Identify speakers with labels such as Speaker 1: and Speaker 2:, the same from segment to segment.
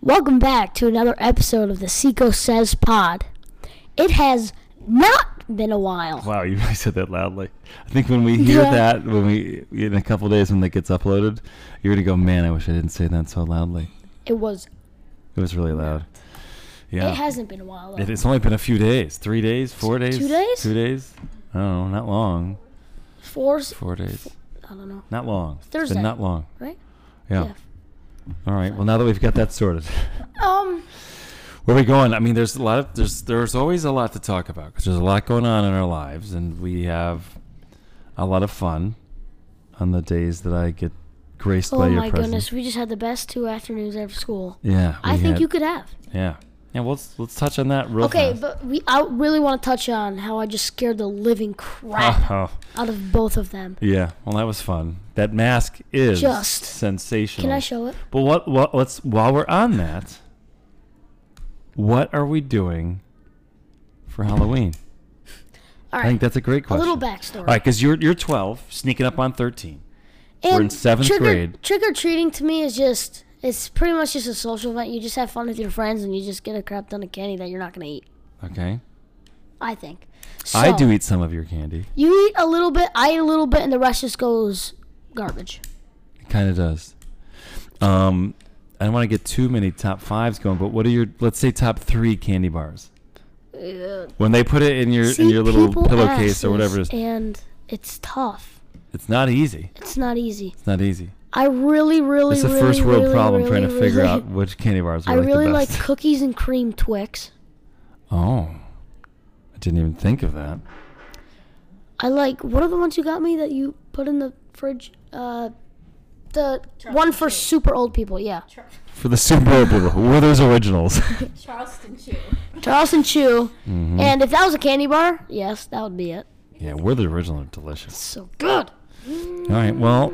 Speaker 1: Welcome back to another episode of the Seco Says Pod. It has not been a while.
Speaker 2: Wow, you really said that loudly. I think when we hear
Speaker 1: Yeah.
Speaker 2: that, when we in a couple days when that gets uploaded, you're gonna go, man, I wish I didn't say that so loudly.
Speaker 1: It was.
Speaker 2: It was really loud. Yeah,
Speaker 1: It hasn't been a while. Though.
Speaker 2: It- it's only been a few days, three days, four days,
Speaker 1: days?
Speaker 2: two days. Oh, not long.
Speaker 1: Four. s-
Speaker 2: Four days,
Speaker 1: I don't know.
Speaker 2: not long. It's been
Speaker 1: Thursday.
Speaker 2: not long.
Speaker 1: Right?
Speaker 2: Yeah. All right. Well, now that we've got that sorted,
Speaker 1: Um.
Speaker 2: where are we going? I mean, there's a lot of there's there's always a lot to talk about because there's a lot going on in our lives, and we have a lot of fun on the days that I get graced
Speaker 1: Oh
Speaker 2: by your
Speaker 1: my
Speaker 2: presence.
Speaker 1: goodness, we just had the best two afternoons out of school.
Speaker 2: Yeah,
Speaker 1: I
Speaker 2: we
Speaker 1: think
Speaker 2: had-
Speaker 1: you could have.
Speaker 2: Yeah, yeah. Well, let's let's touch on that real
Speaker 1: Okay,
Speaker 2: fast.
Speaker 1: but we. I really want to touch on how I just scared the living crap
Speaker 2: Oh,
Speaker 1: out of both of them.
Speaker 2: yeah. Well, that was fun. That mask is
Speaker 1: Just-
Speaker 2: sensational.
Speaker 1: Can I show it?
Speaker 2: But what what let's while we're on that, what are we doing for Halloween?
Speaker 1: All
Speaker 2: I think
Speaker 1: right.
Speaker 2: that's a great
Speaker 1: A
Speaker 2: question.
Speaker 1: little
Speaker 2: All
Speaker 1: backstory.
Speaker 2: right, because you're you're 12, sneaking up on 13. We're in seventh
Speaker 1: trick
Speaker 2: grade.
Speaker 1: Trick or treating to me is just it's pretty much just a social event. You just have fun with your friends and you just get a crap ton of candy that you're not gonna eat.
Speaker 2: Okay,
Speaker 1: I think. So,
Speaker 2: I do eat some of your candy.
Speaker 1: You eat a little bit, I eat a little bit, and the rest just goes garbage.
Speaker 2: It kind of does. Um, I don't want to get too many top fives going, but what are your let's say top three candy bars? When they put it in your in
Speaker 1: See,
Speaker 2: your little
Speaker 1: people
Speaker 2: pillowcase or
Speaker 1: ask
Speaker 2: whatever,
Speaker 1: this,
Speaker 2: it is,
Speaker 1: And it's tough.
Speaker 2: it's not easy.
Speaker 1: It's not easy.
Speaker 2: It's not easy.
Speaker 1: I really, really,
Speaker 2: It's a
Speaker 1: really,
Speaker 2: first world
Speaker 1: really,
Speaker 2: problem
Speaker 1: really,
Speaker 2: trying to figure
Speaker 1: really-
Speaker 2: out which candy bars are
Speaker 1: I
Speaker 2: like
Speaker 1: really
Speaker 2: the
Speaker 1: like
Speaker 2: best.
Speaker 1: cookies and cream Twix.
Speaker 2: oh, I didn't even think of that.
Speaker 1: I like what are the ones you got me that you put in the fridge? Uh, the one for super old people. Yeah,
Speaker 2: For the Super Bowl, people, who were those originals?
Speaker 3: Charleston Chew.
Speaker 1: Charleston Chew.
Speaker 2: Mm-hmm.
Speaker 1: And if that was a candy bar, yes, that would be it.
Speaker 2: yeah, were the original are delicious.
Speaker 1: So good.
Speaker 2: All right, well,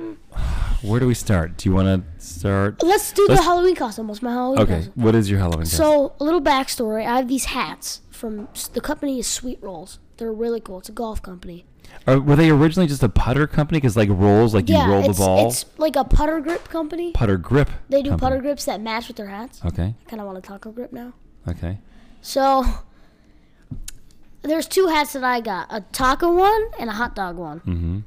Speaker 2: where do we start? Do you want to start?
Speaker 1: Let's do
Speaker 2: Let's-
Speaker 1: the Halloween costume. What's my Halloween
Speaker 2: Okay,
Speaker 1: costume?
Speaker 2: what is your Halloween? costume?
Speaker 1: So a little backstory. I have these hats from s- the company is Sweet Rolls. They're really cool. It's a golf company.
Speaker 2: Are, were they originally just a putter company? Because like rolls, like
Speaker 1: yeah,
Speaker 2: you roll the
Speaker 1: it's,
Speaker 2: ball,
Speaker 1: it's like a putter grip company.
Speaker 2: putter grip.
Speaker 1: They do putter
Speaker 2: company.
Speaker 1: grips that match with their hats.
Speaker 2: Okay,
Speaker 1: I kind of want a taco grip now.
Speaker 2: okay.
Speaker 1: So there's two hats that I got: a taco one and a hot dog one.
Speaker 2: Hmm.
Speaker 1: Mm-hmm.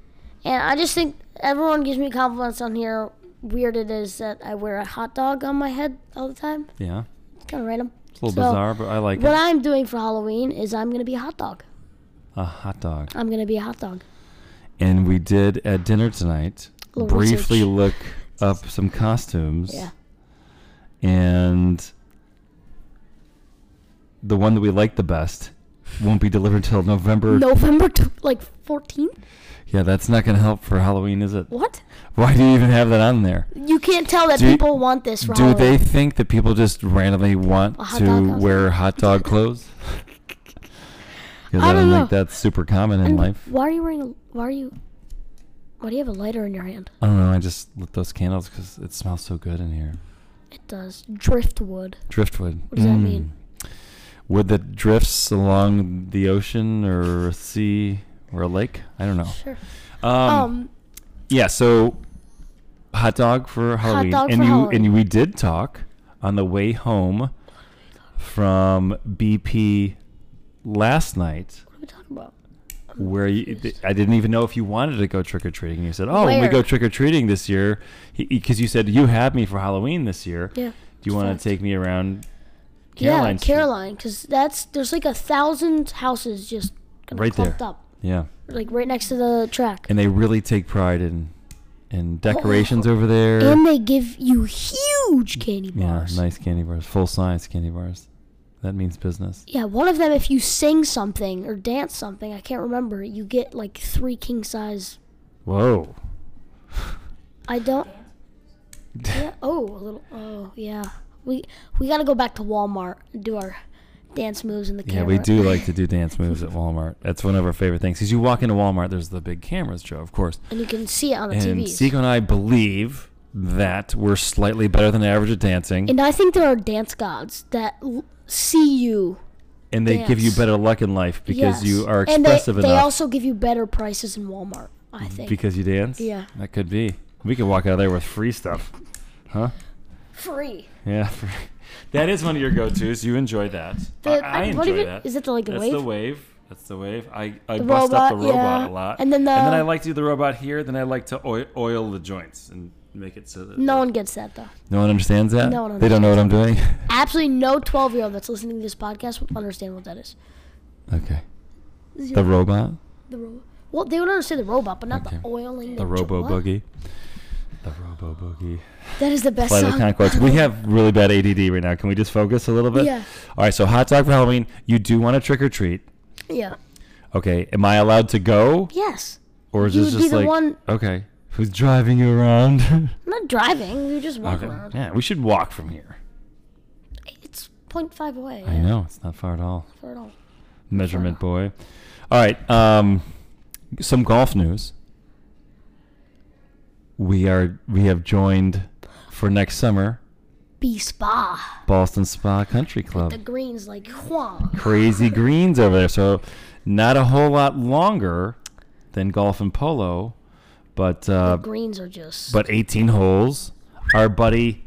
Speaker 1: And I just think everyone gives me compliments on how weird it is that I wear a hot dog on my head all the time.
Speaker 2: Yeah,
Speaker 1: It's kind of random.
Speaker 2: it's a little
Speaker 1: So,
Speaker 2: bizarre, but I like
Speaker 1: What
Speaker 2: it.
Speaker 1: I'm doing for Halloween is I'm gonna be a hot dog.
Speaker 2: a hot dog.
Speaker 1: I'm gonna be a hot dog.
Speaker 2: and we did at dinner tonight
Speaker 1: Little
Speaker 2: briefly
Speaker 1: research.
Speaker 2: look up some costumes
Speaker 1: Yeah.
Speaker 2: and the one that we liked the best won't be delivered till November.
Speaker 1: November t- like 14th.
Speaker 2: Yeah, that's not going to help for Halloween, is it?
Speaker 1: What?
Speaker 2: Why do you even have that on there?
Speaker 1: You can't tell that
Speaker 2: Do-
Speaker 1: people want this for
Speaker 2: do
Speaker 1: Halloween.
Speaker 2: they think that people just randomly want
Speaker 1: A hot
Speaker 2: to
Speaker 1: dog costume?
Speaker 2: wear hot dog clothes? Because I,
Speaker 1: I
Speaker 2: don't
Speaker 1: don't
Speaker 2: think
Speaker 1: know.
Speaker 2: that's super common in
Speaker 1: And
Speaker 2: life.
Speaker 1: Why are you wearing? A, why are you? Why do you have a lighter in your hand?
Speaker 2: I don't know. I just lit those candles because it smells so good in here.
Speaker 1: It does driftwood.
Speaker 2: Driftwood.
Speaker 1: What does that mean?
Speaker 2: Wood that drifts along the ocean or a sea or a lake. I don't know.
Speaker 1: Sure.
Speaker 2: Um,
Speaker 1: Um,
Speaker 2: yeah. So, hot dog for Halloween,
Speaker 1: dog
Speaker 2: and
Speaker 1: for
Speaker 2: you
Speaker 1: Halloween.
Speaker 2: and we did talk on the way home from BP last night,
Speaker 1: what are we talking about?
Speaker 2: where you, I didn't even know if you wanted to go trick or treating. You said, "Oh, when we
Speaker 1: Where?
Speaker 2: go trick or treating this year," because you said you have me for Halloween this year.
Speaker 1: Yeah.
Speaker 2: Do you want
Speaker 1: fact.
Speaker 2: to take me around?
Speaker 1: yeah,
Speaker 2: Caroline Street?
Speaker 1: Caroline, because that's there's like a thousand houses just kind of
Speaker 2: Right there.
Speaker 1: clumped up,
Speaker 2: Yeah.
Speaker 1: like right next to the track. And,
Speaker 2: and they really take pride in in decorations over there.
Speaker 1: they give you huge candy
Speaker 2: yeah,
Speaker 1: bars. Yeah,
Speaker 2: nice candy bars, full size candy bars. That means business.
Speaker 1: one of them, if you sing something or dance something, I can't remember, you get like three king size.
Speaker 2: Whoa.
Speaker 1: I don't. Yeah, oh, a little. Oh, yeah. We we gotta go back to Walmart and do our dance moves in the
Speaker 2: Yeah,
Speaker 1: camera.
Speaker 2: we do like to do dance moves at Walmart. That's one of our favorite things. Because you walk into Walmart, there's the big cameras, Joe, of course.
Speaker 1: And you can see it on the
Speaker 2: And
Speaker 1: TV.
Speaker 2: Seiko and I believe that we're slightly better than average at dancing,
Speaker 1: And I think there are dance gods that l- see you.
Speaker 2: and they give you
Speaker 1: dance.
Speaker 2: better luck in life because
Speaker 1: Yes.
Speaker 2: you are
Speaker 1: and they,
Speaker 2: expressive
Speaker 1: they
Speaker 2: enough Mm,
Speaker 1: also give you better prices in Walmart, I think.
Speaker 2: because you dance.
Speaker 1: Yeah.
Speaker 2: that could be. We could walk out of there with free stuff, huh?
Speaker 1: Free.
Speaker 2: Yeah, for- that is one of your go-tos. You enjoy that.
Speaker 1: The-
Speaker 2: I, I
Speaker 1: I-
Speaker 2: enjoy
Speaker 1: what even-
Speaker 2: that.
Speaker 1: is it the, like, the
Speaker 2: That's
Speaker 1: wave?
Speaker 2: the wave. That's the wave. I, I
Speaker 1: The
Speaker 2: bust up the
Speaker 1: robot,
Speaker 2: robot
Speaker 1: yeah.
Speaker 2: a lot,
Speaker 1: And then the-
Speaker 2: and then I like to do the robot here. Then I like to oil, oil the joints and make it so that
Speaker 1: No one gets that though.
Speaker 2: no one understands that.
Speaker 1: No one
Speaker 2: they don't know what I'm doing.
Speaker 1: Absolutely no 12 year old that's listening to this podcast would understand what that is.
Speaker 2: okay, the
Speaker 1: Zero.
Speaker 2: robot,
Speaker 1: The robot. Well, they would understand the robot, but not
Speaker 2: Okay.
Speaker 1: the oiling.
Speaker 2: the
Speaker 1: jo-
Speaker 2: robo
Speaker 1: what?
Speaker 2: boogie, the robo boogie.
Speaker 1: That is the best
Speaker 2: Flight of
Speaker 1: song.
Speaker 2: the Concords. We have really bad ADD right now. Can we just focus a little bit?
Speaker 1: Yeah.
Speaker 2: All right. So hot dog for Halloween. You do want to trick or treat.
Speaker 1: yeah.
Speaker 2: Okay. Am I allowed to go?
Speaker 1: Yes.
Speaker 2: Or is
Speaker 1: You
Speaker 2: this
Speaker 1: would
Speaker 2: just
Speaker 1: be the
Speaker 2: like
Speaker 1: one-
Speaker 2: okay? Who's driving you around?
Speaker 1: I'm not driving. You're just walking
Speaker 2: okay.
Speaker 1: around.
Speaker 2: Yeah, we should walk from here.
Speaker 1: It's 0.5 away.
Speaker 2: I know it's not far at all.
Speaker 1: For it all.
Speaker 2: Measurement boy. All right. Um, some golf news. We are we have joined for next summer
Speaker 1: Be spa.
Speaker 2: Boston Spa Country Club.
Speaker 1: The greens like whong.
Speaker 2: crazy greens over there. So not a whole lot longer than golf and polo, but uh,
Speaker 1: the greens are just.
Speaker 2: but 18 holes. Our buddy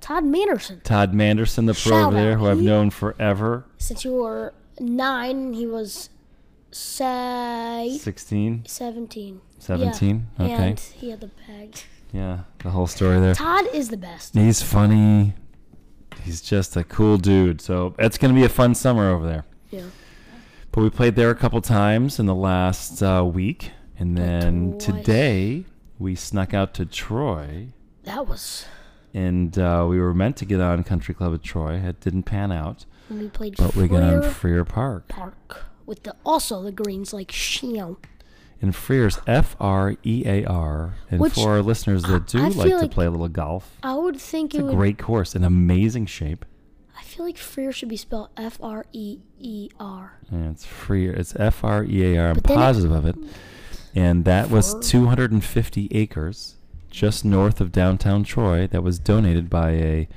Speaker 1: Todd Manderson.
Speaker 2: Todd Manderson, the pro
Speaker 1: Shout
Speaker 2: over there,
Speaker 1: out.
Speaker 2: who I've
Speaker 1: He-
Speaker 2: known forever,
Speaker 1: Since you were nine, he was say
Speaker 2: 16,
Speaker 1: 17. Yeah.
Speaker 2: 17. Okay,
Speaker 1: And he had the bag.
Speaker 2: yeah, the whole story there.
Speaker 1: Todd is the best.
Speaker 2: He's funny. He's just a cool dude. So it's gonna be a fun summer over there.
Speaker 1: Yeah.
Speaker 2: But we played there a couple times in the last uh, week, and then
Speaker 1: twice.
Speaker 2: today we snuck out to Troy.
Speaker 1: That was
Speaker 2: and uh, we were meant to get on Country Club at Troy. It didn't pan out,
Speaker 1: when we played
Speaker 2: but we got on
Speaker 1: Freer
Speaker 2: Freer Park.
Speaker 1: Park with the also the greens like shio.
Speaker 2: And Freer's F R E A R. And
Speaker 1: Which-
Speaker 2: for our listeners that do
Speaker 1: I
Speaker 2: like,
Speaker 1: feel
Speaker 2: to
Speaker 1: like-
Speaker 2: play a little golf,
Speaker 1: I would think
Speaker 2: it's
Speaker 1: it
Speaker 2: a
Speaker 1: would.
Speaker 2: great course, in amazing shape.
Speaker 1: I feel like Freer should be spelled F R E E R.
Speaker 2: And it's Freer. It's F R E A R. I'm
Speaker 1: But then it-
Speaker 2: positive of it. And that was
Speaker 1: Fur.
Speaker 2: 250 acres just north of downtown Troy that was donated by a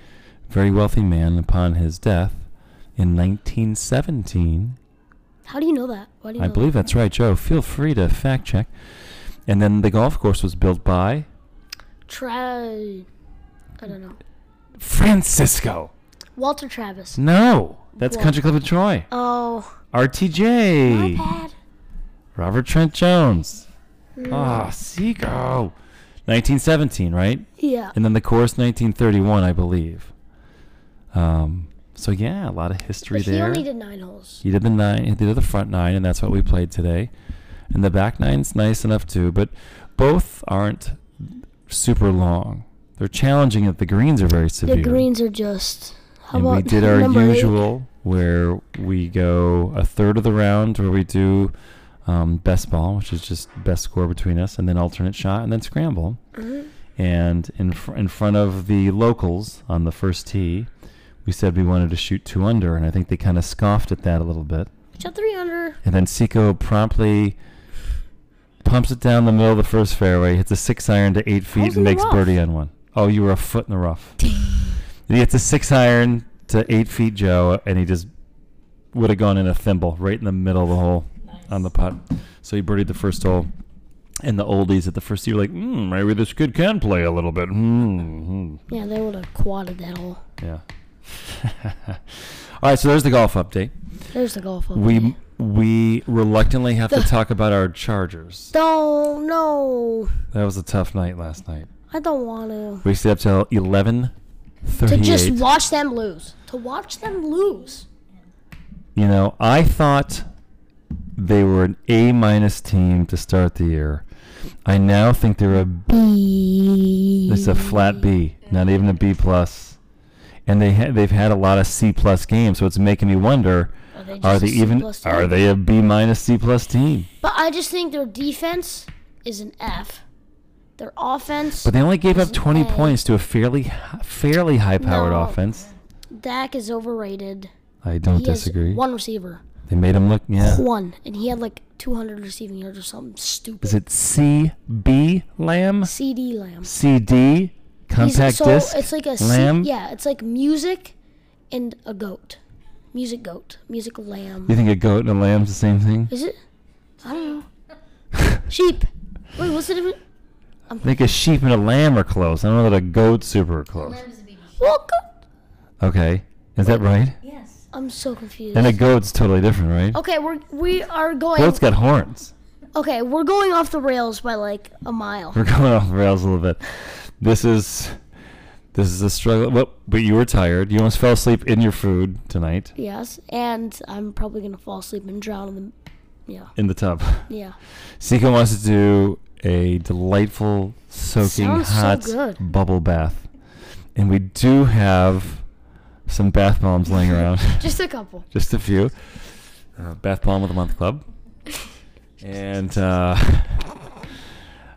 Speaker 2: very wealthy man upon his death in 1917.
Speaker 1: How do you know that? Why do you
Speaker 2: I
Speaker 1: know
Speaker 2: believe that's right, Joe. Feel free to fact check. And then the golf course was built by
Speaker 1: that? Tra- I don't know.
Speaker 2: Francisco.
Speaker 1: Walter Travis.
Speaker 2: No, that's
Speaker 1: What?
Speaker 2: Country Club of Troy.
Speaker 1: Oh, my
Speaker 2: RTJ.
Speaker 1: bad.
Speaker 2: Robert Trent Jones. Ah, Seago. 1917, right?
Speaker 1: Yeah.
Speaker 2: And then the course 1931, I believe. Um, so yeah, a lot of history
Speaker 1: But he
Speaker 2: there.
Speaker 1: only did nine holes.
Speaker 2: He did the nine. He did the front nine, and that's what we played today. And the back nine's nice enough too, but both aren't super long. They're challenging. That the greens are very severe.
Speaker 1: The greens are just. How
Speaker 2: and
Speaker 1: about
Speaker 2: we did our
Speaker 1: number eight?
Speaker 2: usual, where we go a third of the round, where we do um, best ball, which is just best score between us, and then alternate shot, and then scramble.
Speaker 1: Mm-hmm.
Speaker 2: And in fr- in front of the locals on the first tee, we said we wanted to shoot two under, and I think they kind of scoffed at that a little bit.
Speaker 1: Shot three under.
Speaker 2: And then Seiko promptly pumps it down the middle of the first fairway, hits a six iron to eight feet,
Speaker 1: was
Speaker 2: and
Speaker 1: in the
Speaker 2: makes
Speaker 1: rough.
Speaker 2: birdie on one. Oh, you were a foot in the rough. he hits a six iron to eight feet, Joe, and he just would have gone in a thimble right in the middle of the hole on the putt. So he birdied the first hole. And the oldies at the first year, like, hmm, maybe this kid can play a little bit. Hmm. hmm."
Speaker 1: Yeah, they would have quadded that hole.
Speaker 2: Yeah. All right, so there's the golf update.
Speaker 1: There's the golf. hole.
Speaker 2: We we reluctantly have to talk about our Chargers.
Speaker 1: Don't no.
Speaker 2: That was a tough night last night.
Speaker 1: I don't want to.
Speaker 2: We stayed up till eleven
Speaker 1: To just
Speaker 2: thirty-eight.
Speaker 1: watch them lose. To watch them lose.
Speaker 2: You know, I thought they were an A minus team to start the year. I now think they're a
Speaker 1: This
Speaker 2: it's a flat B, not even a B plus. And they ha- they've had a lot of C plus games, so it's making me wonder:
Speaker 1: Are they, just
Speaker 2: Are
Speaker 1: a
Speaker 2: they
Speaker 1: C
Speaker 2: even?
Speaker 1: plus
Speaker 2: Are
Speaker 1: team?
Speaker 2: they a B minus C plus team?
Speaker 1: But I just think their defense is an F. Their offense,
Speaker 2: But they only gave up
Speaker 1: Isn't
Speaker 2: twenty
Speaker 1: A.
Speaker 2: points to a fairly hi- fairly high powered
Speaker 1: No.
Speaker 2: offense.
Speaker 1: Dak is overrated.
Speaker 2: I don't
Speaker 1: He has
Speaker 2: disagree.
Speaker 1: one receiver,
Speaker 2: They made him look. Yeah.
Speaker 1: one, and he had like 200 receiving yards or something stupid.
Speaker 2: Is it CB Lamb?
Speaker 1: CD Lamb. He's-
Speaker 2: CD compact
Speaker 1: so
Speaker 2: disc.
Speaker 1: it's like a C-
Speaker 2: Lamb.
Speaker 1: yeah, it's like music and a goat, music goat, music lamb.
Speaker 2: You think a goat and a lamb's the same thing?
Speaker 1: Is it? I don't know. Sheep. Wait, what's the difference?
Speaker 2: I think a sheep and a lamb are close. I don't know that a goat's super close.
Speaker 1: Well, go-
Speaker 2: Okay. Is that right?
Speaker 3: Yes.
Speaker 1: I'm so confused.
Speaker 2: And a goat's totally different, right?
Speaker 1: okay, we're we are going.
Speaker 2: Goat's got horns.
Speaker 1: okay, we're going off the rails by like a mile.
Speaker 2: We're going off the rails a little bit. This is this is a struggle. Well, but you were tired. You almost fell asleep in your food tonight
Speaker 1: Yes, and I'm probably gonna fall asleep and drown in the. Yeah,
Speaker 2: in the tub.
Speaker 1: yeah.
Speaker 2: Sika wants to do a delightful soaking
Speaker 1: Sounds so
Speaker 2: hot
Speaker 1: good.
Speaker 2: bubble bath. And we do have some bath bombs laying around.
Speaker 1: Just a couple.
Speaker 2: Just a few. Uh, bath bomb of the month club. And uh,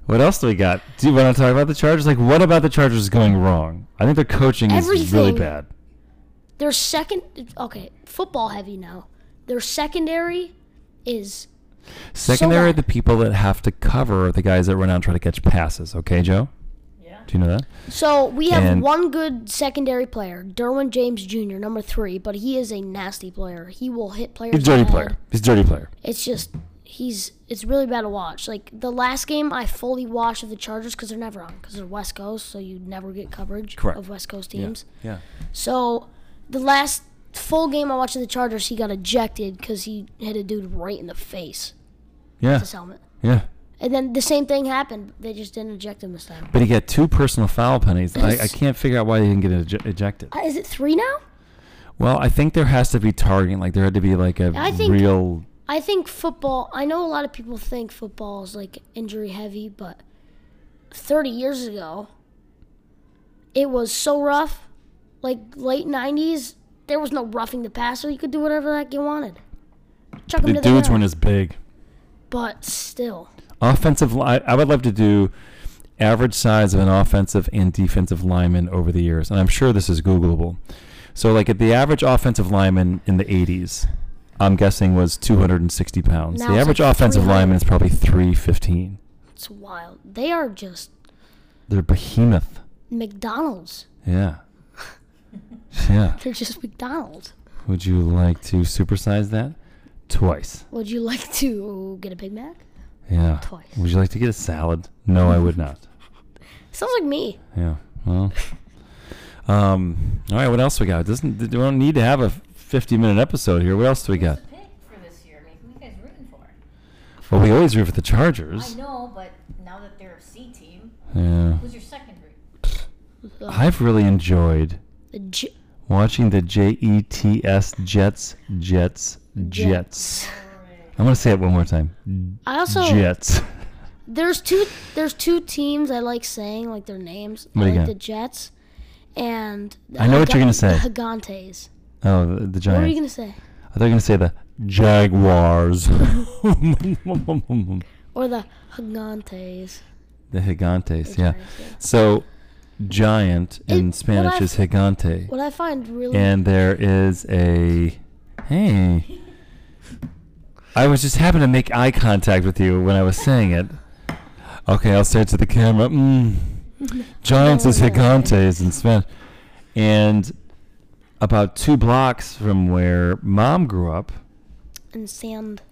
Speaker 2: what else do we got? Do you want to talk about the Chargers? Like, what about the Chargers is going wrong? I think their coaching is really
Speaker 1: Everything.
Speaker 2: bad.
Speaker 1: Their second. Okay, football heavy now. Their secondary is
Speaker 2: Secondary, are
Speaker 1: bad.
Speaker 2: the people that have to cover are the guys that run out and try to catch passes. Okay, Joe?
Speaker 3: Yeah.
Speaker 2: Do you know that?
Speaker 1: So we have
Speaker 2: And-
Speaker 1: one good secondary player, Derwin James Jr., number three, but he is a nasty player. He will hit players.
Speaker 2: He's a dirty
Speaker 1: in the head.
Speaker 2: player. He's a dirty player.
Speaker 1: It's just he's it's really bad to watch. Like the last game, I fully watched of the Chargers because they're never on because they're West Coast, so you never get coverage
Speaker 2: Correct.
Speaker 1: of West Coast teams.
Speaker 2: Yeah.
Speaker 1: So the last full game I watched of the Chargers, he got ejected because he hit a dude right in the face
Speaker 2: Yeah.
Speaker 1: his helmet.
Speaker 2: Yeah.
Speaker 1: And then the same thing happened. They just didn't eject him this time.
Speaker 2: But he got two personal foul penalties. I, I can't figure out why he didn't get ej- ejected.
Speaker 1: Uh, is it three now?
Speaker 2: Well, I think there has to be targeting. Like there had to be like a
Speaker 1: I think-
Speaker 2: real.
Speaker 1: I think football. I know a lot of people think football is like injury heavy, but 30 years ago, it was so rough. Like late 90s, there was no roughing the passer. You could do whatever the heck you wanted. Chuck 'em
Speaker 2: The
Speaker 1: to
Speaker 2: dudes
Speaker 1: ground.
Speaker 2: weren't as big.
Speaker 1: But still,
Speaker 2: Offensive line. I would love to do average size of an offensive and defensive lineman over the years, and I'm sure this is Googleable. So, like at the average offensive lineman in the '80s, I'm guessing was 260 pounds.
Speaker 1: Now
Speaker 2: the
Speaker 1: it's
Speaker 2: average
Speaker 1: like
Speaker 2: offensive
Speaker 1: 300.
Speaker 2: lineman is probably 315.
Speaker 1: it's wild. They are just
Speaker 2: They're behemoth.
Speaker 1: McDonald's.
Speaker 2: Yeah. yeah.
Speaker 1: They're just McDonald's.
Speaker 2: Would you like to supersize that? Twice.
Speaker 1: Would you like to get a Big Mac?
Speaker 2: Yeah.
Speaker 1: Twice.
Speaker 2: Would you like to get a salad? No, I would not.
Speaker 1: Sounds like me.
Speaker 2: Yeah. Well. Um. All right. What else we got? Doesn't we don't need to have a fifty-minute episode here? What else do we got?
Speaker 3: Who's the pick for this year? I mean, who you guys rooting for?
Speaker 2: Well, we always root for the
Speaker 3: I
Speaker 2: Chargers.
Speaker 3: know, but now that they're a C team,
Speaker 2: Yeah.
Speaker 3: who's your second root?
Speaker 1: Uh,
Speaker 2: I've really enjoyed
Speaker 1: the J-
Speaker 2: watching the J E T S Jets Jets Jets. I want to say it one more time.
Speaker 1: I also
Speaker 2: Jets.
Speaker 1: There's two. There's two teams I like saying like their names. I
Speaker 2: What do
Speaker 1: like
Speaker 2: you got?
Speaker 1: the Jets, and the
Speaker 2: I know what you're gonna say.
Speaker 1: The Gigantes.
Speaker 2: Oh,
Speaker 1: What are
Speaker 2: the, the
Speaker 1: you
Speaker 2: Giants.
Speaker 1: gonna say?
Speaker 2: I thought you were gonna say the Jaguars.
Speaker 1: Or the Gigantes.
Speaker 2: The gigantes, yeah.
Speaker 1: Giants, yeah.
Speaker 2: So, giant in
Speaker 1: It-
Speaker 2: Spanish
Speaker 1: what I-
Speaker 2: is gigante,
Speaker 1: What I find really
Speaker 2: and there is a hey. I was just happened to make eye contact with you when I was saying it. Okay, I'll say it to the camera. Mm. Giants is
Speaker 1: No, no, no.
Speaker 2: gigantes in Spanish, and about two blocks from where Mom grew up.
Speaker 1: and sand,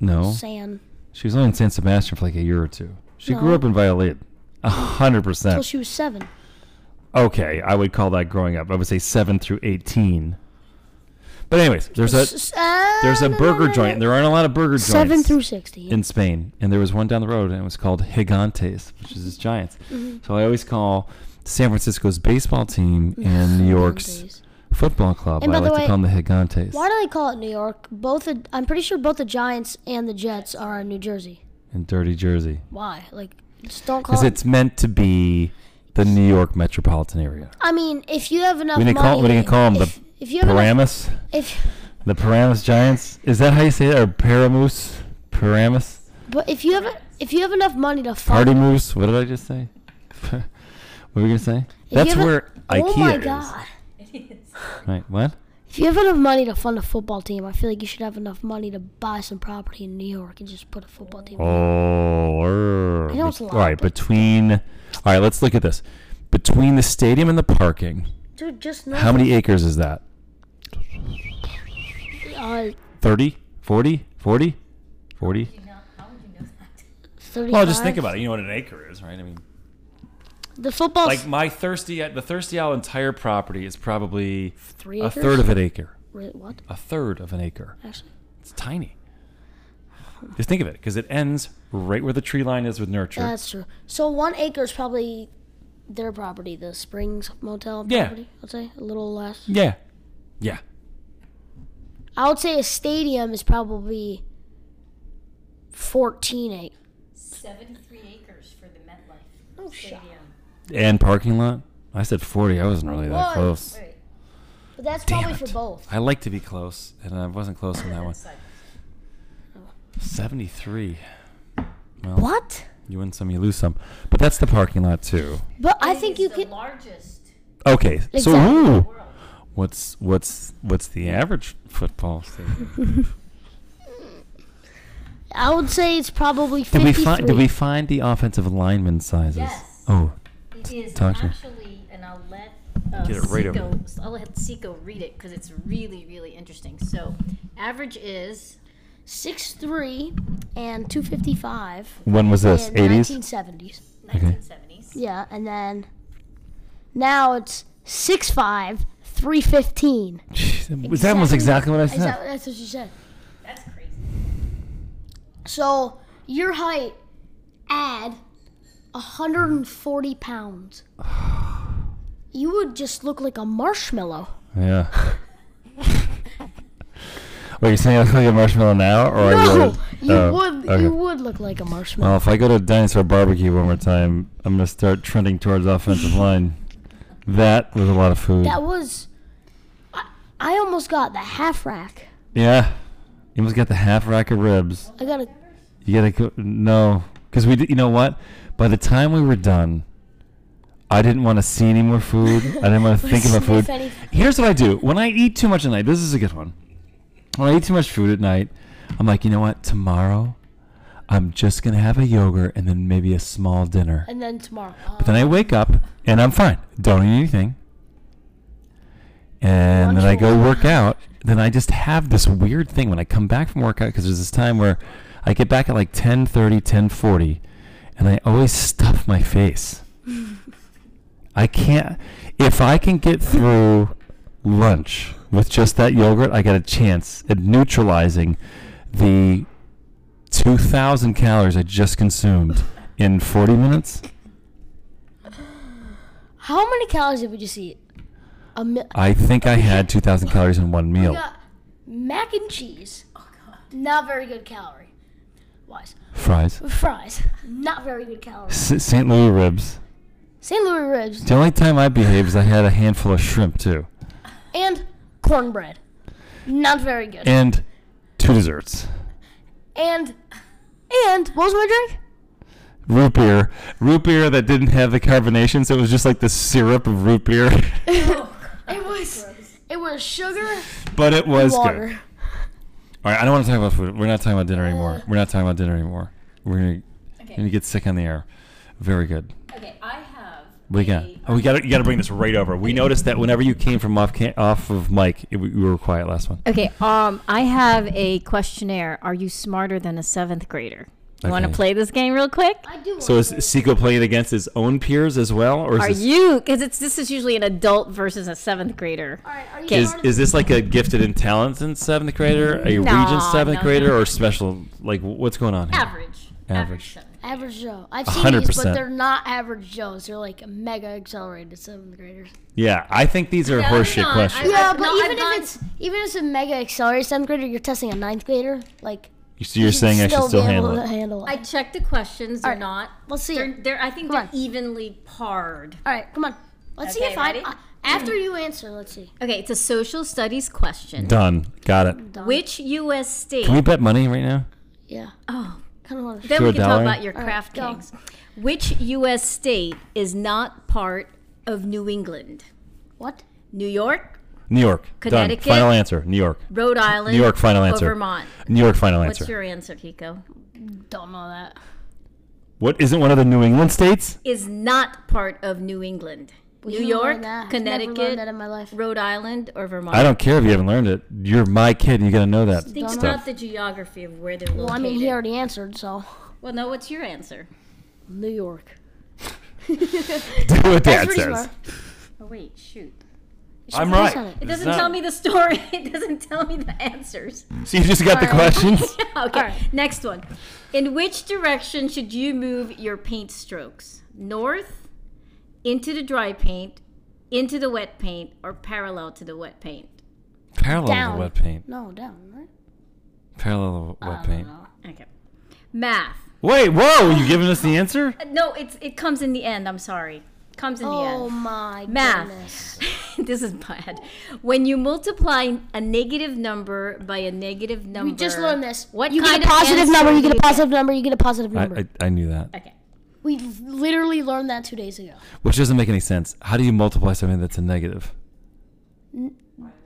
Speaker 2: No,
Speaker 1: sand.
Speaker 2: she was only in San Sebastian for like a year or two. She grew
Speaker 1: No.
Speaker 2: up in Valladolid, a hundred percent.
Speaker 1: Till she was seven.
Speaker 2: okay, I would call that growing up. I would say seven through eighteen. But anyways, there's a
Speaker 1: S- uh,
Speaker 2: there's a
Speaker 1: no, no,
Speaker 2: burger
Speaker 1: no, no.
Speaker 2: joint. There aren't a lot of burger
Speaker 1: Seven
Speaker 2: joints
Speaker 1: through sixty.
Speaker 2: in Spain, and there was one down the road, and it was called Gigantes, which is Giants.
Speaker 1: Mm-hmm.
Speaker 2: So I always call San Francisco's baseball team and New York's
Speaker 1: Gigantes.
Speaker 2: football club.
Speaker 1: And
Speaker 2: I
Speaker 1: by the
Speaker 2: like to
Speaker 1: way,
Speaker 2: call them the Gigantes
Speaker 1: Why do they call it New York? Both, the, I'm pretty sure both the Giants and the Jets are in New Jersey.
Speaker 2: in dirty jersey
Speaker 1: Why? Like, just don't call
Speaker 2: because
Speaker 1: it.
Speaker 2: it's meant to be the New York metropolitan area.
Speaker 1: I mean, if you have enough
Speaker 2: What do you
Speaker 1: money,
Speaker 2: call- what do you call 'em? The
Speaker 1: if, if you have enough
Speaker 2: Paramus.
Speaker 1: If
Speaker 2: The Paramus Giants. Is that how you say it? Or Paramus? Paramus?
Speaker 1: but if you have if you have enough money to fund
Speaker 2: Party Moose? What did I just say? what were we going to say?
Speaker 1: if you
Speaker 2: That's
Speaker 1: have-
Speaker 2: where IKEA
Speaker 1: oh my
Speaker 2: is.
Speaker 1: God.
Speaker 3: It is.
Speaker 2: Right. What?
Speaker 1: If you have enough money to fund a football team, I feel like you should have enough money to buy some property in New York and just put a football team.
Speaker 2: Oh. er,
Speaker 1: I know it's a
Speaker 2: all
Speaker 1: lot,
Speaker 2: right.
Speaker 1: but-
Speaker 2: Between. All right. Let's look at this. Between the stadium and the parking,
Speaker 1: Dude, just
Speaker 2: how many acres is that?
Speaker 1: Uh,
Speaker 2: 30? 40? 40? 40?
Speaker 3: You know, how would you know that?
Speaker 2: Well, just think about it. You know what an acre is, right? I mean,
Speaker 1: The football
Speaker 2: Like my thirsty, the thirsty owl entire property is probably
Speaker 1: three
Speaker 2: a
Speaker 1: acres.
Speaker 2: third of an acre.
Speaker 1: Re- What?
Speaker 2: A third of an acre.
Speaker 1: Actually,
Speaker 2: It's tiny. Just think of it, because it ends right where the tree line is with nurture.
Speaker 1: that's true. So one acre is probably their property, the Springs Motel
Speaker 2: Yeah.
Speaker 1: property. I'd say a little less.
Speaker 2: yeah, yeah.
Speaker 1: I would say a stadium is probably fourteen acres.
Speaker 3: Seventy-three acres for the MetLife
Speaker 1: Oh, shut
Speaker 3: Stadium.
Speaker 2: And parking lot. I said forty. I wasn't really that
Speaker 1: What?
Speaker 2: close.
Speaker 3: Wait,
Speaker 1: But that's
Speaker 2: Damn
Speaker 1: probably
Speaker 2: it.
Speaker 1: for both.
Speaker 2: I like to be close, and I wasn't close on that one.
Speaker 3: that's like-
Speaker 2: Seventy-three. Well,
Speaker 1: What?
Speaker 2: You win some, you lose some. But that's the parking lot too.
Speaker 1: But I
Speaker 3: It
Speaker 1: think
Speaker 3: is
Speaker 1: you
Speaker 3: the
Speaker 1: could.
Speaker 3: largest
Speaker 2: Okay. So
Speaker 1: Exactly.
Speaker 2: ooh,
Speaker 3: world.
Speaker 2: what's what's what's the average football stadium?
Speaker 1: I would say it's probably
Speaker 2: Did we
Speaker 1: fifty-three.
Speaker 2: find did we find the offensive lineman sizes?
Speaker 3: Yes.
Speaker 2: Oh,
Speaker 3: It is
Speaker 2: Talk to me.
Speaker 3: actually, and I'll let uh,
Speaker 2: Get it right over
Speaker 3: Seiko, I'll let Seiko read it because it's really, really interesting. So, average is
Speaker 1: six-three and two fifty-five
Speaker 2: when was this?
Speaker 1: in
Speaker 2: Eighties.
Speaker 1: nineteen seventies.
Speaker 3: 1970s.
Speaker 1: Yeah, and then now it's six five three fifteen.
Speaker 2: Was that almost exactly what I said?
Speaker 1: that's what you said.
Speaker 3: That's crazy.
Speaker 1: So your height add hundred and forty pounds. You would just look like a marshmallow.
Speaker 2: Yeah. Wait, you're saying I look like a marshmallow now, or I
Speaker 1: No,
Speaker 2: would?
Speaker 1: you
Speaker 2: Oh,
Speaker 1: would.
Speaker 2: okay. Oh.
Speaker 1: You would look like a marshmallow.
Speaker 2: Well, if I go to Dinosaur Barbecue one more time, I'm gonna start trending towards offensive line. That was a lot of food.
Speaker 1: That was. I, I almost got the half rack.
Speaker 2: yeah, you almost got the half rack of ribs.
Speaker 1: I got a.
Speaker 2: You gotta go. No, because we. Did, you know what? By the time we were done, I didn't want to see any more food. I didn't want to think about
Speaker 1: sniff
Speaker 2: food.
Speaker 1: anything.
Speaker 2: Here's what I do when I eat too much at night. This is a good one. When I eat too much food at night, I'm like, you know what? Tomorrow, I'm just gonna have a yogurt and then maybe a small dinner.
Speaker 1: And then tomorrow. Uh,
Speaker 2: But then I wake up and I'm fine. Don't eat anything. And then I go work out. Then I just have this weird thing when I come back from workout because there's this time where I get back at like 10:30, 10:40, and I always stuff my face. I can't. If I can get through lunch with just that yogurt, I got a chance at neutralizing the 2,000 calories I just consumed in 40 minutes.
Speaker 1: How many calories did we just eat? A mi-
Speaker 2: I think I had 2,000 calories in one
Speaker 1: We
Speaker 2: meal.
Speaker 1: got mac and cheese.
Speaker 3: Oh,
Speaker 1: Not very good calorie wise.
Speaker 2: Fries.
Speaker 1: Fries. Not very good calorie.
Speaker 2: S- St. Louis ribs.
Speaker 1: St. Louis ribs
Speaker 2: The only time I behaved is I had a handful of shrimp, too.
Speaker 1: and cornbread. Not very good. And
Speaker 2: And two desserts.
Speaker 1: and, what was my drink?
Speaker 2: Root beer. Root beer that didn't have the carbonation, so it was just like the syrup of root beer.
Speaker 1: Oh, It was it was sugar
Speaker 2: but it was
Speaker 1: water.
Speaker 2: good. All right, I don't want to talk about food. We're not talking about dinner anymore. We're not talking about dinner anymore. We're going to
Speaker 3: Okay.
Speaker 2: get sick on the air. Very good.
Speaker 3: Okay, I have.
Speaker 2: What do you got?
Speaker 3: a-
Speaker 2: Oh, we got you got to bring this right over. We noticed that whenever you came from off can- off of mic, it, we we were quiet last one.
Speaker 3: Okay, um, I have a questionnaire. Are you smarter than a seventh grader? You want to
Speaker 2: Okay.
Speaker 3: play this game real quick?
Speaker 1: I do.
Speaker 2: So
Speaker 1: want
Speaker 2: is Seiko playing against his own peers as well, or is
Speaker 3: Are
Speaker 2: this,
Speaker 3: you? Because it's this is usually an adult versus a seventh grader.
Speaker 1: All right, are you
Speaker 2: is,
Speaker 1: part of-
Speaker 2: is this like a gifted and talented seventh grader, a
Speaker 3: No,
Speaker 2: region seventh
Speaker 3: no,
Speaker 2: grader,
Speaker 3: no.
Speaker 2: or special? Like wh- what's going on? Here?
Speaker 3: Average.
Speaker 2: Average.
Speaker 3: seventh.
Speaker 1: average Joe? I've seen these,
Speaker 2: 100%.
Speaker 1: but they're not average Joes. They're like mega accelerated seventh graders.
Speaker 2: Yeah, I think these are
Speaker 3: No,
Speaker 2: horseshit
Speaker 3: no, I-
Speaker 2: questions.
Speaker 3: I-
Speaker 1: Yeah,
Speaker 3: I've-
Speaker 1: but
Speaker 3: no, I've
Speaker 1: even
Speaker 3: gone-
Speaker 1: if it's even if it's a mega accelerated seventh grader, you're testing a ninth grader. Like
Speaker 2: so you're
Speaker 1: should
Speaker 2: saying I should still
Speaker 1: be able
Speaker 2: handle
Speaker 1: to
Speaker 2: it?
Speaker 1: handle it.
Speaker 3: I checked the questions. They're
Speaker 1: All right.
Speaker 3: not.
Speaker 1: Let's see.
Speaker 3: They're, they're. I think
Speaker 1: Come
Speaker 3: they're
Speaker 1: on.
Speaker 3: evenly parred.
Speaker 1: All right, come on. Let's see
Speaker 3: Okay,
Speaker 1: if
Speaker 3: ready?
Speaker 1: I uh, after you answer. Let's see.
Speaker 3: Okay, it's a social studies question.
Speaker 2: Done. Got it.
Speaker 3: Which U.S. state?
Speaker 2: Can we bet money right now?
Speaker 1: Yeah,
Speaker 3: oh,
Speaker 1: kind of want to.
Speaker 2: To
Speaker 3: then we
Speaker 2: a
Speaker 3: can talk
Speaker 2: dollar?
Speaker 3: about your
Speaker 1: All right,
Speaker 3: craft
Speaker 1: go.
Speaker 3: kings. Which U.S. state is not part of New England?
Speaker 1: What?
Speaker 3: New York,
Speaker 2: New York.
Speaker 3: Connecticut?
Speaker 2: Done. Final answer. New York.
Speaker 3: Rhode Island,
Speaker 2: New York, final
Speaker 3: or
Speaker 2: answer.
Speaker 3: Vermont.
Speaker 2: New York. Final answer.
Speaker 3: What's your answer, Kiko?
Speaker 1: Don't know that.
Speaker 2: what isn't one of the New England states?
Speaker 3: Is not part of New England.
Speaker 1: We
Speaker 3: New
Speaker 1: should learn
Speaker 3: York,
Speaker 1: that. I've Never learned that
Speaker 3: Connecticut,
Speaker 1: in my life.
Speaker 3: Rhode Island, or Vermont.
Speaker 2: I don't care if you haven't learned it. You're my kid. and You gotta know that.
Speaker 3: Think
Speaker 1: Don't
Speaker 2: stuff.
Speaker 3: about the geography of where they're located.
Speaker 1: Well, I mean, he already answered, so
Speaker 3: Well, no. What's your answer?
Speaker 1: New York.
Speaker 2: Do what
Speaker 1: That's
Speaker 2: Dad
Speaker 1: pretty
Speaker 2: says.
Speaker 1: smart.
Speaker 3: Oh wait, shoot.
Speaker 2: I'm
Speaker 1: Should we
Speaker 2: right.
Speaker 1: listen? It
Speaker 3: It
Speaker 2: It's
Speaker 3: doesn't
Speaker 2: not-
Speaker 3: tell me the story. It doesn't tell me the answers.
Speaker 2: So you just got the
Speaker 1: All right.
Speaker 2: questions.
Speaker 3: okay.
Speaker 1: right.
Speaker 3: Next one. In which direction should you move your paint strokes? North, into the dry paint, into the wet paint, or parallel to the wet paint?
Speaker 2: Parallel
Speaker 1: Down.
Speaker 2: to Oh, wet paint.
Speaker 1: No, down, right?
Speaker 2: Parallel to wet paint.
Speaker 3: Okay. Math.
Speaker 2: Wait, whoa! You giving us the answer?
Speaker 3: Uh, No, it's it comes in the end. I'm sorry. Comes in the end.
Speaker 1: Oh my
Speaker 3: Math.
Speaker 1: goodness.
Speaker 3: this is bad. When you multiply a negative number by a negative number,
Speaker 1: We just learned this.
Speaker 3: What
Speaker 1: you
Speaker 3: kind
Speaker 1: get a positive
Speaker 3: of answer
Speaker 1: number, you
Speaker 3: do
Speaker 1: get a positive number, you get a positive
Speaker 2: I,
Speaker 1: number.
Speaker 2: I, I knew that.
Speaker 3: Okay.
Speaker 1: we literally learned that two days ago.
Speaker 2: Which doesn't make any sense. How do you multiply something that's a negative?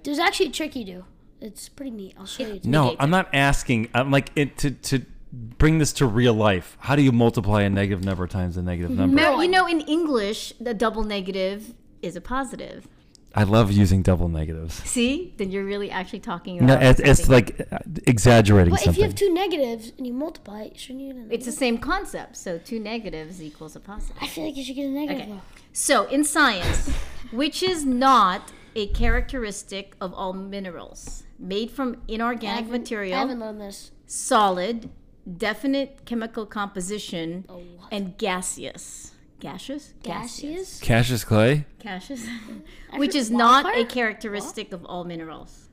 Speaker 1: There's actually a trick you do. It's pretty neat. I'll show you.
Speaker 2: No,
Speaker 3: Negate
Speaker 2: I'm not asking. I'm like it to to bring this to real life. How do you multiply a negative number times a negative number?
Speaker 3: Mer- you know, in English, the double negative is a positive.
Speaker 2: I love using double negatives.
Speaker 3: See, then you're really actually talking
Speaker 2: No,
Speaker 3: about.
Speaker 2: it's, it's
Speaker 3: something.
Speaker 2: like uh, exaggerating
Speaker 1: But if you
Speaker 2: something.
Speaker 1: have two negatives and you multiply it, shouldn't you? Get a negative?
Speaker 3: it's the same concept. So two negatives equals a positive.
Speaker 1: I feel like you should get a negative.
Speaker 3: Okay.
Speaker 1: though.
Speaker 3: So in science, which is not a characteristic of all minerals, made from
Speaker 1: I
Speaker 3: inorganic
Speaker 1: haven't- I
Speaker 3: material,
Speaker 1: haven't learned this.
Speaker 3: solid, definite chemical composition,
Speaker 1: Oh, what?
Speaker 3: and gaseous. Gaseous?
Speaker 1: Gaseous?
Speaker 2: Cassius Clay.
Speaker 3: Gaseous. Which is
Speaker 1: heard
Speaker 3: not a
Speaker 1: wildfire?
Speaker 3: characteristic of all minerals.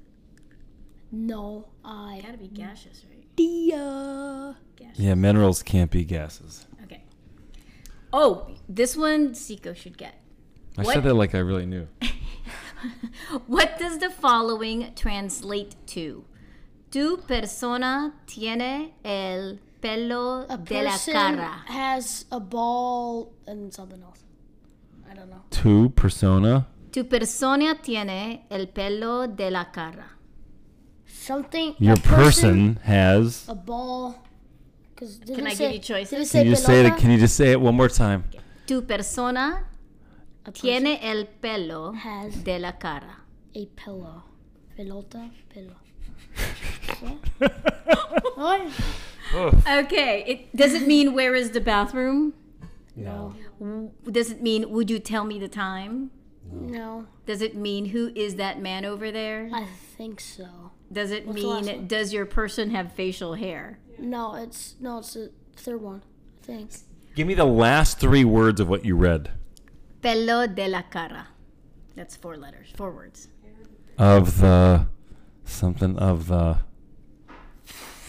Speaker 1: No idea.
Speaker 3: be gaseous, right? Gaseous.
Speaker 2: Yeah, minerals can't be gases.
Speaker 3: Okay. Oh, this one Siko should get.
Speaker 2: I
Speaker 3: What?
Speaker 2: said that like I really knew.
Speaker 3: What does the following translate to? Tu persona tiene el pelo
Speaker 1: A
Speaker 3: de la
Speaker 1: person
Speaker 3: cara.
Speaker 1: has a ball and something else. I don't know.
Speaker 2: Two persona.
Speaker 3: Tu persona tiene el pelo de la cara.
Speaker 1: Something.
Speaker 2: Your
Speaker 1: a
Speaker 2: person, has.
Speaker 1: A ball. Cause did it
Speaker 3: Can I give
Speaker 1: say-
Speaker 3: you choices?
Speaker 1: Did it say
Speaker 2: Can you say it?
Speaker 1: pelota?
Speaker 2: Can you just say it one more time?
Speaker 3: Tu persona
Speaker 1: A person
Speaker 3: tiene el pelo
Speaker 1: has
Speaker 3: de la cara.
Speaker 1: a pillow. Pelota, pillow. What?
Speaker 3: Okay, it, does it mean where is the bathroom?
Speaker 2: No.
Speaker 3: Does it mean would you tell me the time?
Speaker 1: No,
Speaker 3: Does it mean who is that man over there?
Speaker 1: I think so.
Speaker 3: Does it
Speaker 1: the last
Speaker 3: mean
Speaker 1: one?
Speaker 3: does your person have facial hair?
Speaker 1: No, it's no, it's the third one. I think.
Speaker 2: Give me the last three words of what you read
Speaker 3: Pelo de la cara. That's four letters, four words.
Speaker 2: of the something of the.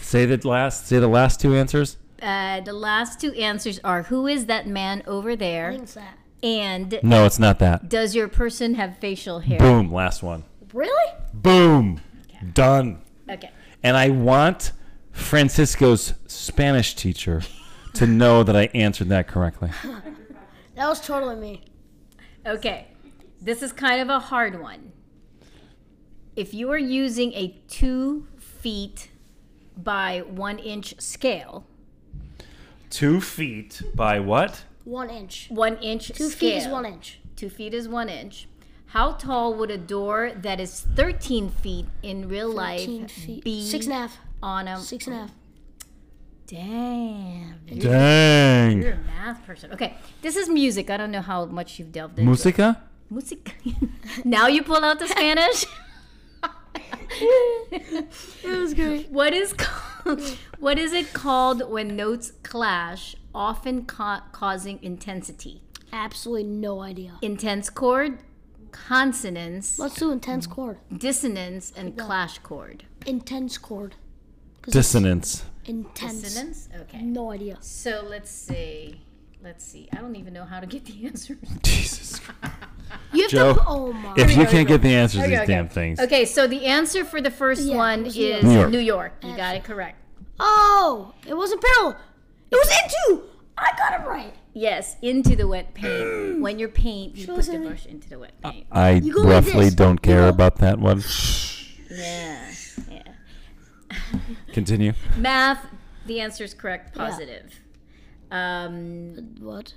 Speaker 2: Say the last. Say the last two answers.
Speaker 3: Uh, the last two answers are who is that man over
Speaker 1: I
Speaker 3: there
Speaker 1: think it's that.
Speaker 3: and
Speaker 2: No, it's not that.
Speaker 3: does your person have facial hair?
Speaker 2: Boom. Last one.
Speaker 1: Really?
Speaker 2: Boom. Done.
Speaker 3: Okay.
Speaker 2: And I want Francisco's Spanish teacher to know that I answered that correctly.
Speaker 1: That was totally me.
Speaker 3: Okay. This is kind of a hard one. If you are using a two feet by one inch scale,
Speaker 2: Two feet by what?
Speaker 1: One inch.
Speaker 3: one inch
Speaker 1: Two feet is one inch.
Speaker 3: Two feet is one inch. How tall would a door that is 13 feet in real
Speaker 1: Thirteen
Speaker 3: life
Speaker 1: feet.
Speaker 3: be
Speaker 1: Six and a half.
Speaker 3: on a
Speaker 1: Six and a half.
Speaker 3: Damn. You're
Speaker 2: Dang.
Speaker 3: a math person. Okay, this is music. I don't know how much you've delved into.
Speaker 2: Musica?
Speaker 3: Music. now you pull out the Spanish.
Speaker 1: That was great.
Speaker 3: what is called, what is it called when notes clash, often ca- causing intensity?
Speaker 1: Absolutely no idea.
Speaker 3: Intense chord, consonance,
Speaker 1: Let's do intense chord.
Speaker 3: dissonance, and clash chord.
Speaker 1: Intense chord. 'Cause it's
Speaker 2: Dissonance.
Speaker 1: Intense.
Speaker 3: Dissonance. Okay.
Speaker 1: No idea.
Speaker 3: So let's see. Let's see. I don't even know how to get the answers.
Speaker 2: Jesus.
Speaker 1: You have
Speaker 2: Joe,
Speaker 1: to. Oh my.
Speaker 2: If you can't get the answers to these damn things.
Speaker 3: Okay, so the answer for the first
Speaker 1: Yeah,
Speaker 3: one
Speaker 1: it was
Speaker 3: is
Speaker 1: New York.
Speaker 3: New
Speaker 2: New
Speaker 3: York.
Speaker 2: York.
Speaker 3: You got it correct.
Speaker 1: Oh, it wasn't parallel. It was into. I got it right.
Speaker 3: Yes, into the wet paint. when you paint, you put
Speaker 1: us
Speaker 3: the
Speaker 1: every-
Speaker 3: brush into the wet
Speaker 2: Uh.
Speaker 3: paint.
Speaker 2: I
Speaker 1: go like
Speaker 2: roughly
Speaker 1: this.
Speaker 2: don't
Speaker 1: You
Speaker 2: care
Speaker 1: go-
Speaker 2: about that one.
Speaker 3: yeah. Yeah.
Speaker 2: Continue.
Speaker 3: Math, the answer is correct, positive. Um,
Speaker 1: What?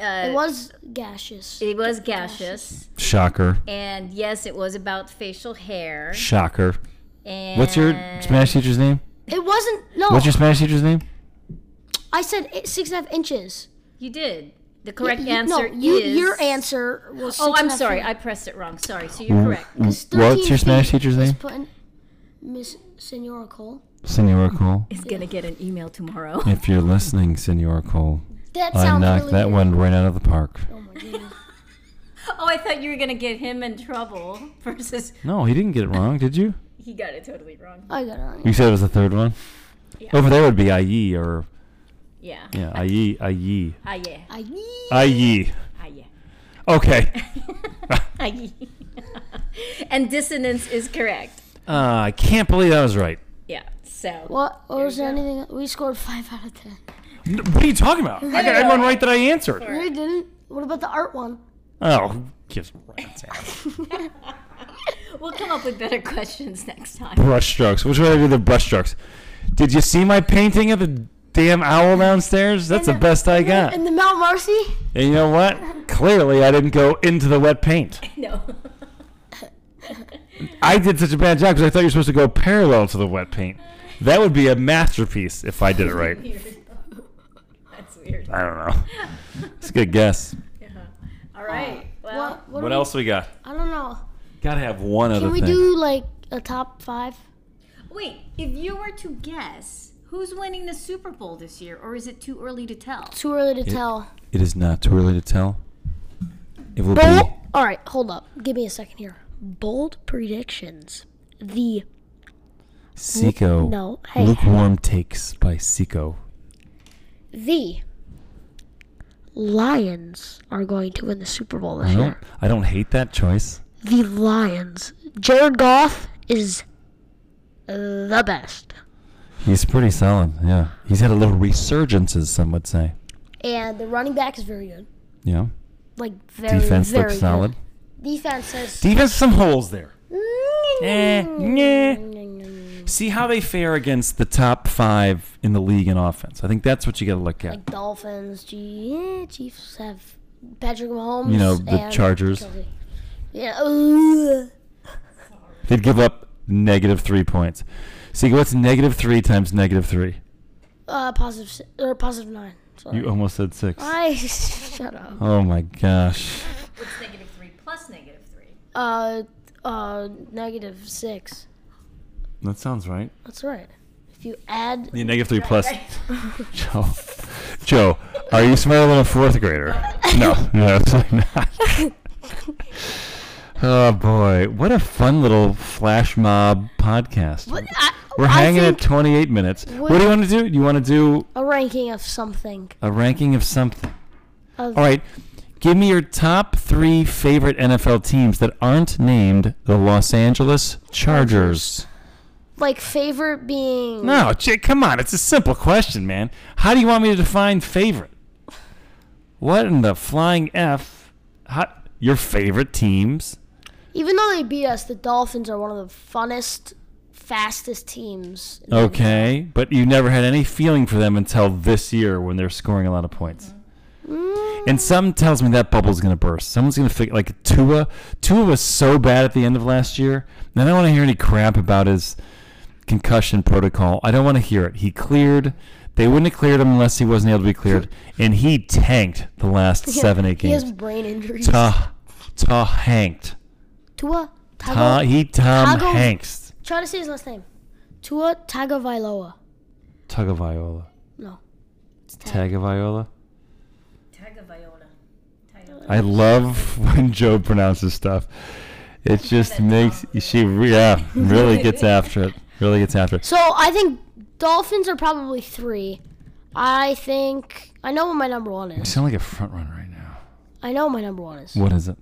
Speaker 3: uh,
Speaker 1: It was gaseous.
Speaker 3: it was gaseous.
Speaker 2: Shocker.
Speaker 3: And yes, it was about facial hair.
Speaker 2: Shocker.
Speaker 3: And
Speaker 2: What's your
Speaker 1: Uh,
Speaker 2: Spanish teacher's name?
Speaker 1: It wasn't. No.
Speaker 2: What's your Spanish teacher's name?
Speaker 1: I said it, six and a half inches.
Speaker 3: You did. The correct
Speaker 1: You-
Speaker 3: answer
Speaker 1: no, you,
Speaker 3: is.
Speaker 1: your answer was.
Speaker 3: Oh,
Speaker 1: six
Speaker 3: I'm
Speaker 1: and a
Speaker 3: sorry.
Speaker 1: half
Speaker 3: I pressed it wrong. Sorry. So
Speaker 2: Mm.
Speaker 3: you're correct.
Speaker 1: feet.
Speaker 2: What's
Speaker 1: 13
Speaker 2: your Spanish
Speaker 1: feet
Speaker 2: teacher's
Speaker 1: was
Speaker 2: name?
Speaker 1: put in- Miss Senora Cole.
Speaker 2: Senora Cole.
Speaker 3: Is going to get an email tomorrow.
Speaker 2: If you're listening, Senora Cole,
Speaker 1: That
Speaker 2: I
Speaker 1: sounds
Speaker 2: knocked
Speaker 1: really
Speaker 2: that
Speaker 1: good.
Speaker 2: one right out of the park.
Speaker 1: Oh my goodness.
Speaker 3: oh, I thought you were going to get him in trouble versus
Speaker 2: No, he didn't get it wrong, did you?
Speaker 3: he got it totally wrong.
Speaker 1: I got it wrong.
Speaker 2: You said it was the third one.
Speaker 3: Yeah.
Speaker 2: Over there would be Aye or
Speaker 3: Yeah.
Speaker 2: yeah, E, Aye, Aye,
Speaker 3: Ah, yeah.
Speaker 1: I
Speaker 2: Aye.
Speaker 3: Ah, yeah.
Speaker 2: E. Okay.
Speaker 3: Ah, yeah. and dissonance is correct.
Speaker 2: Uh, I can't believe I was right.
Speaker 3: Yeah. So.
Speaker 1: What, what was
Speaker 3: we
Speaker 1: there
Speaker 3: go.
Speaker 1: anything? We scored five out of ten.
Speaker 2: N- What are you talking about? I got everyone right that I answered.
Speaker 1: No, you didn't. What about the art one?
Speaker 2: Oh, who gives rats out?
Speaker 3: We'll come up with better questions next time.
Speaker 2: brush strokes. Which way do I do the brush strokes? Did you see my painting of the damn owl downstairs? That's the best I got.
Speaker 1: And the Mount Marcy?
Speaker 2: And you know what? Clearly, I didn't go into the wet paint.
Speaker 3: No.
Speaker 2: I did such a bad job because I thought you were supposed to go parallel to the wet paint. That would be a masterpiece if I did it right.
Speaker 3: That's weird.
Speaker 2: I don't know. It's a good guess.
Speaker 3: All right. Well,
Speaker 1: What,
Speaker 2: What
Speaker 1: do
Speaker 2: else we got?
Speaker 1: We, I don't know.
Speaker 2: Gotta have one other
Speaker 1: Can we
Speaker 2: thing.
Speaker 1: do like a top five?
Speaker 3: wait. If you were to guess who's winning the Super Bowl this year, or is it too early to tell?
Speaker 1: Too early to tell.
Speaker 2: it is not too early to tell. It will
Speaker 1: Bold. All right, hold up. Give me a second here. Bold predictions. The
Speaker 2: be Seiko.
Speaker 1: no, hey.
Speaker 2: Lukewarm takes by Seiko.
Speaker 1: the Lions are going to win the Super Bowl this
Speaker 2: I don't,
Speaker 1: year.
Speaker 2: I don't hate that choice.
Speaker 1: The Lions. Jared Goff is the best.
Speaker 2: He's pretty solid. Yeah, he's had a little resurgence, as some would say.
Speaker 1: And the running back is very good.
Speaker 2: Yeah,
Speaker 1: Like very
Speaker 2: defense
Speaker 1: very
Speaker 2: looks
Speaker 1: good.
Speaker 2: solid.
Speaker 1: Defense "Mm, is
Speaker 2: Defense some holes there. Eh, yeah. See how they fare against the top five in the league in offense. I think that's what you got to look at.
Speaker 1: Dolphins, G- yeah, Chiefs have Patrick Mahomes.
Speaker 2: You know, the
Speaker 1: and
Speaker 2: Chargers.
Speaker 1: Kelsey. Yeah. ugh.
Speaker 2: They'd give up negative three points. See, what's negative three times negative three?
Speaker 1: Uh, positive si- or positive nine. Sorry.
Speaker 2: You um, almost said six.
Speaker 1: I shut up.
Speaker 2: Oh my gosh.
Speaker 3: What's negative three plus negative three?
Speaker 1: Uh, uh, negative six.
Speaker 2: That sounds right.
Speaker 1: That's right. If you add,
Speaker 2: Yeah, negative three plus. Joe. Joe, are you smarter than a fourth grader? No, no, absolutely not. oh boy, what a fun little flash mob podcast.
Speaker 1: but I,
Speaker 2: We're
Speaker 1: I
Speaker 2: hanging at
Speaker 1: think
Speaker 2: 28 minutes. What,
Speaker 1: What-
Speaker 2: do you want to do? You want to do
Speaker 1: a ranking of something.
Speaker 2: a ranking of something?
Speaker 1: Of,
Speaker 2: All right. Give me your top three favorite NFL teams that aren't named the Los Angeles Chargers.
Speaker 1: Like favorite being.
Speaker 2: No, Jake, come on. It's a simple question, man. How do you want me to define favorite? What in the flying F? How, your favorite teams?
Speaker 1: Even though they beat us, the Dolphins are one of the funnest, fastest teams.
Speaker 2: Okay. But you never had any feeling for them until this year when they're scoring a lot of points.
Speaker 1: Mm.
Speaker 2: And some tells me that bubble's going to burst. Someone's going to figure, like Tua. Tua was so bad at the end of last year. And I don't want to hear any crap about his concussion protocol. I don't want to hear it. He cleared. They wouldn't have cleared him unless he wasn't able to be cleared. And he tanked the last seven, eight
Speaker 1: He has
Speaker 2: games.
Speaker 1: brain injuries.
Speaker 2: Ta, ta hanked.
Speaker 1: Tua
Speaker 2: Ta,
Speaker 1: Tago.
Speaker 2: he Tom
Speaker 1: Tago-
Speaker 2: Hanks.
Speaker 1: try to say his last name. Tua Tagovailoa.
Speaker 2: Tagovailoa.
Speaker 1: No. It's Tag.
Speaker 2: Tagovailoa.
Speaker 3: Tagovailoa. Tagovailoa.
Speaker 2: I love when Joe pronounces stuff. It just makes she re- yeah really gets after it. Really gets after it.
Speaker 1: So I think Dolphins are probably three. I think I know what my number one
Speaker 2: You
Speaker 1: is.
Speaker 2: sound like a front runner right now.
Speaker 1: I know what my number one is.
Speaker 2: What is it?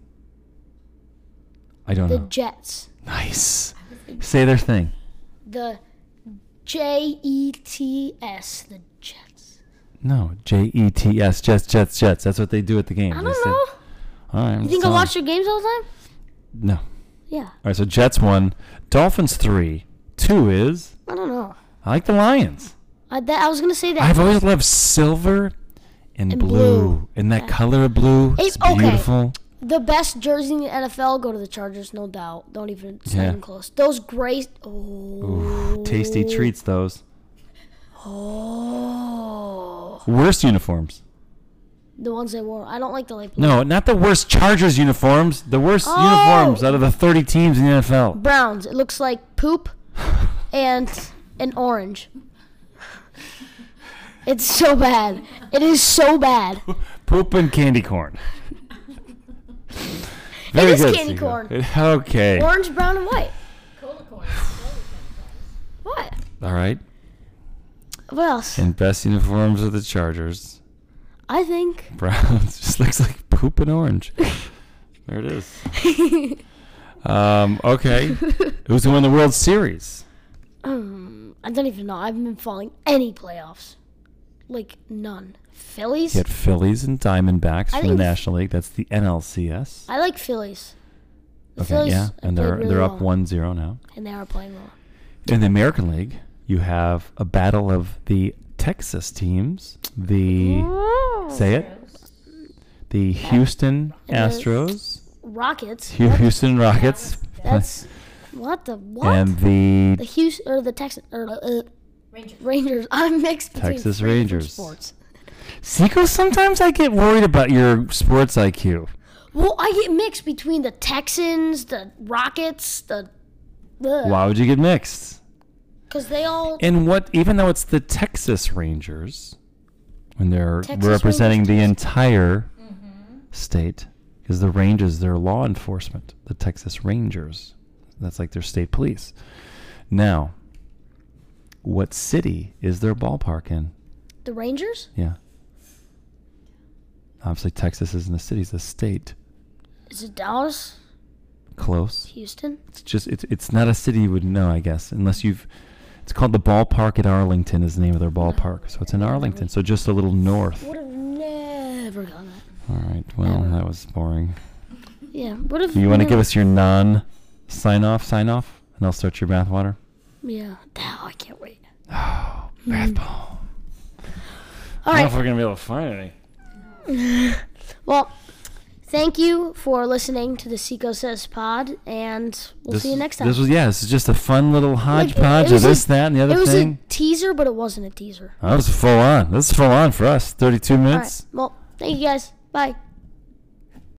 Speaker 2: I don't
Speaker 1: The
Speaker 2: know.
Speaker 1: Jets.
Speaker 2: Nice. Say their thing.
Speaker 1: The J E T S. The Jets.
Speaker 2: No, J E T S Jets Jets Jets. That's what they do at the game.
Speaker 1: I
Speaker 2: They
Speaker 1: don't
Speaker 2: say-
Speaker 1: know.
Speaker 2: All right.
Speaker 1: You think I watch your games all the time?
Speaker 2: No. All
Speaker 1: Yeah.
Speaker 2: right. So Jets one, Dolphins three, two is
Speaker 1: I don't know.
Speaker 2: I like the Lions.
Speaker 1: I, that, I was gonna say that.
Speaker 2: I've always loved silver and,
Speaker 1: And
Speaker 2: blue.
Speaker 1: blue.
Speaker 2: and that color of blue.
Speaker 1: It-
Speaker 2: It's
Speaker 1: okay.
Speaker 2: beautiful.
Speaker 1: The best jersey in the NFL go to the Chargers, no doubt. Don't even it's not
Speaker 2: Yeah.
Speaker 1: even close. Those gray. Oh.
Speaker 2: Tasty treats, those.
Speaker 1: Oh.
Speaker 2: Worst uniforms.
Speaker 1: The ones they wore. I don't like the light blue.
Speaker 2: No, not the worst Chargers uniforms. The worst
Speaker 1: Oh!
Speaker 2: uniforms out of the 30 teams in the NFL.
Speaker 1: Browns. It looks like poop and an orange. It's so bad. It is so bad.
Speaker 2: Poop and candy corn. Very
Speaker 1: is candy
Speaker 2: Sneeko.
Speaker 1: corn.
Speaker 2: It- Okay.
Speaker 1: Orange, brown, and white.
Speaker 3: Cola corn.
Speaker 1: What?
Speaker 2: All right.
Speaker 1: What else?
Speaker 2: And best uniforms of the Chargers.
Speaker 1: I think.
Speaker 2: Browns just looks like poop and orange. there it is. Um, okay. Who's going to win the World Series?
Speaker 1: Um, I don't even know. I haven't been following any playoffs. Like, none. Phillies?
Speaker 2: You had Phillies and Diamondbacks
Speaker 1: I
Speaker 2: from the
Speaker 1: think-
Speaker 2: National League. That's the NLCS.
Speaker 1: I like Phillies. The
Speaker 2: Okay,
Speaker 1: Phillies
Speaker 2: yeah,
Speaker 1: have
Speaker 2: and they're
Speaker 1: played really
Speaker 2: they're up
Speaker 1: well,
Speaker 2: one zero now.
Speaker 1: And they are playing well.
Speaker 2: In the American League, you have a battle of the Texas teams, the say it, the Houston
Speaker 1: Yes.
Speaker 2: Astros,
Speaker 1: Rockets.
Speaker 2: Hu- Houston Rockets,
Speaker 1: That's what the what?
Speaker 2: and
Speaker 1: the
Speaker 2: the
Speaker 1: Houston or the Texas or uh,
Speaker 3: Rangers.
Speaker 1: Rangers. I'm mixed between
Speaker 2: Texas
Speaker 1: three different
Speaker 2: Rangers.
Speaker 1: sports.
Speaker 2: Seco. Sometimes I get worried about your sports IQ.
Speaker 1: Well, I get mixed between the Texans, the Rockets, the
Speaker 2: Why would you get mixed?
Speaker 1: because they all
Speaker 2: And what, even though it's the Texas Rangers, when they're
Speaker 1: Texas
Speaker 2: representing
Speaker 1: Rangers,
Speaker 2: the
Speaker 1: Texas. Mm-hmm.
Speaker 2: entire state, because the Rangers, their law enforcement, the Texas Rangers, that's like their state police. Now, what city is their ballpark in?
Speaker 1: the Rangers.
Speaker 2: Yeah. Obviously, Texas isn't a city; it's a state.
Speaker 1: Is it Dallas,
Speaker 2: Close.
Speaker 1: Houston?
Speaker 2: It's just it's it's not a city you would know, I guess, unless you've. It's called the ballpark at Arlington is the name of their ballpark, so it's in Arlington, so just a little north.
Speaker 1: Would have never gotten that.
Speaker 2: All right, well that was boring.
Speaker 1: Yeah. What if
Speaker 2: You want to give us your non sign off, sign off, and I'll start your bathwater.
Speaker 1: Yeah. Oh, I can't wait.
Speaker 2: Bath ball.
Speaker 1: Hmm. All
Speaker 2: I don't know
Speaker 1: right.
Speaker 2: if we're gonna be able to find any.
Speaker 1: Well, thank you for listening to the Seco Says Pod, and we'll see you next time.
Speaker 2: This was yeah, this is just a fun little
Speaker 1: Like, it- it
Speaker 2: hodgepodge of
Speaker 1: was a-
Speaker 2: this, that, and the
Speaker 1: It
Speaker 2: other
Speaker 1: was
Speaker 2: thing. Oh,
Speaker 1: a teaser, but it wasn't a teaser.
Speaker 2: that was full on. This is full on for us. Thirty-two
Speaker 1: All
Speaker 2: minutes.
Speaker 1: right. Well, thank you guys. Bye.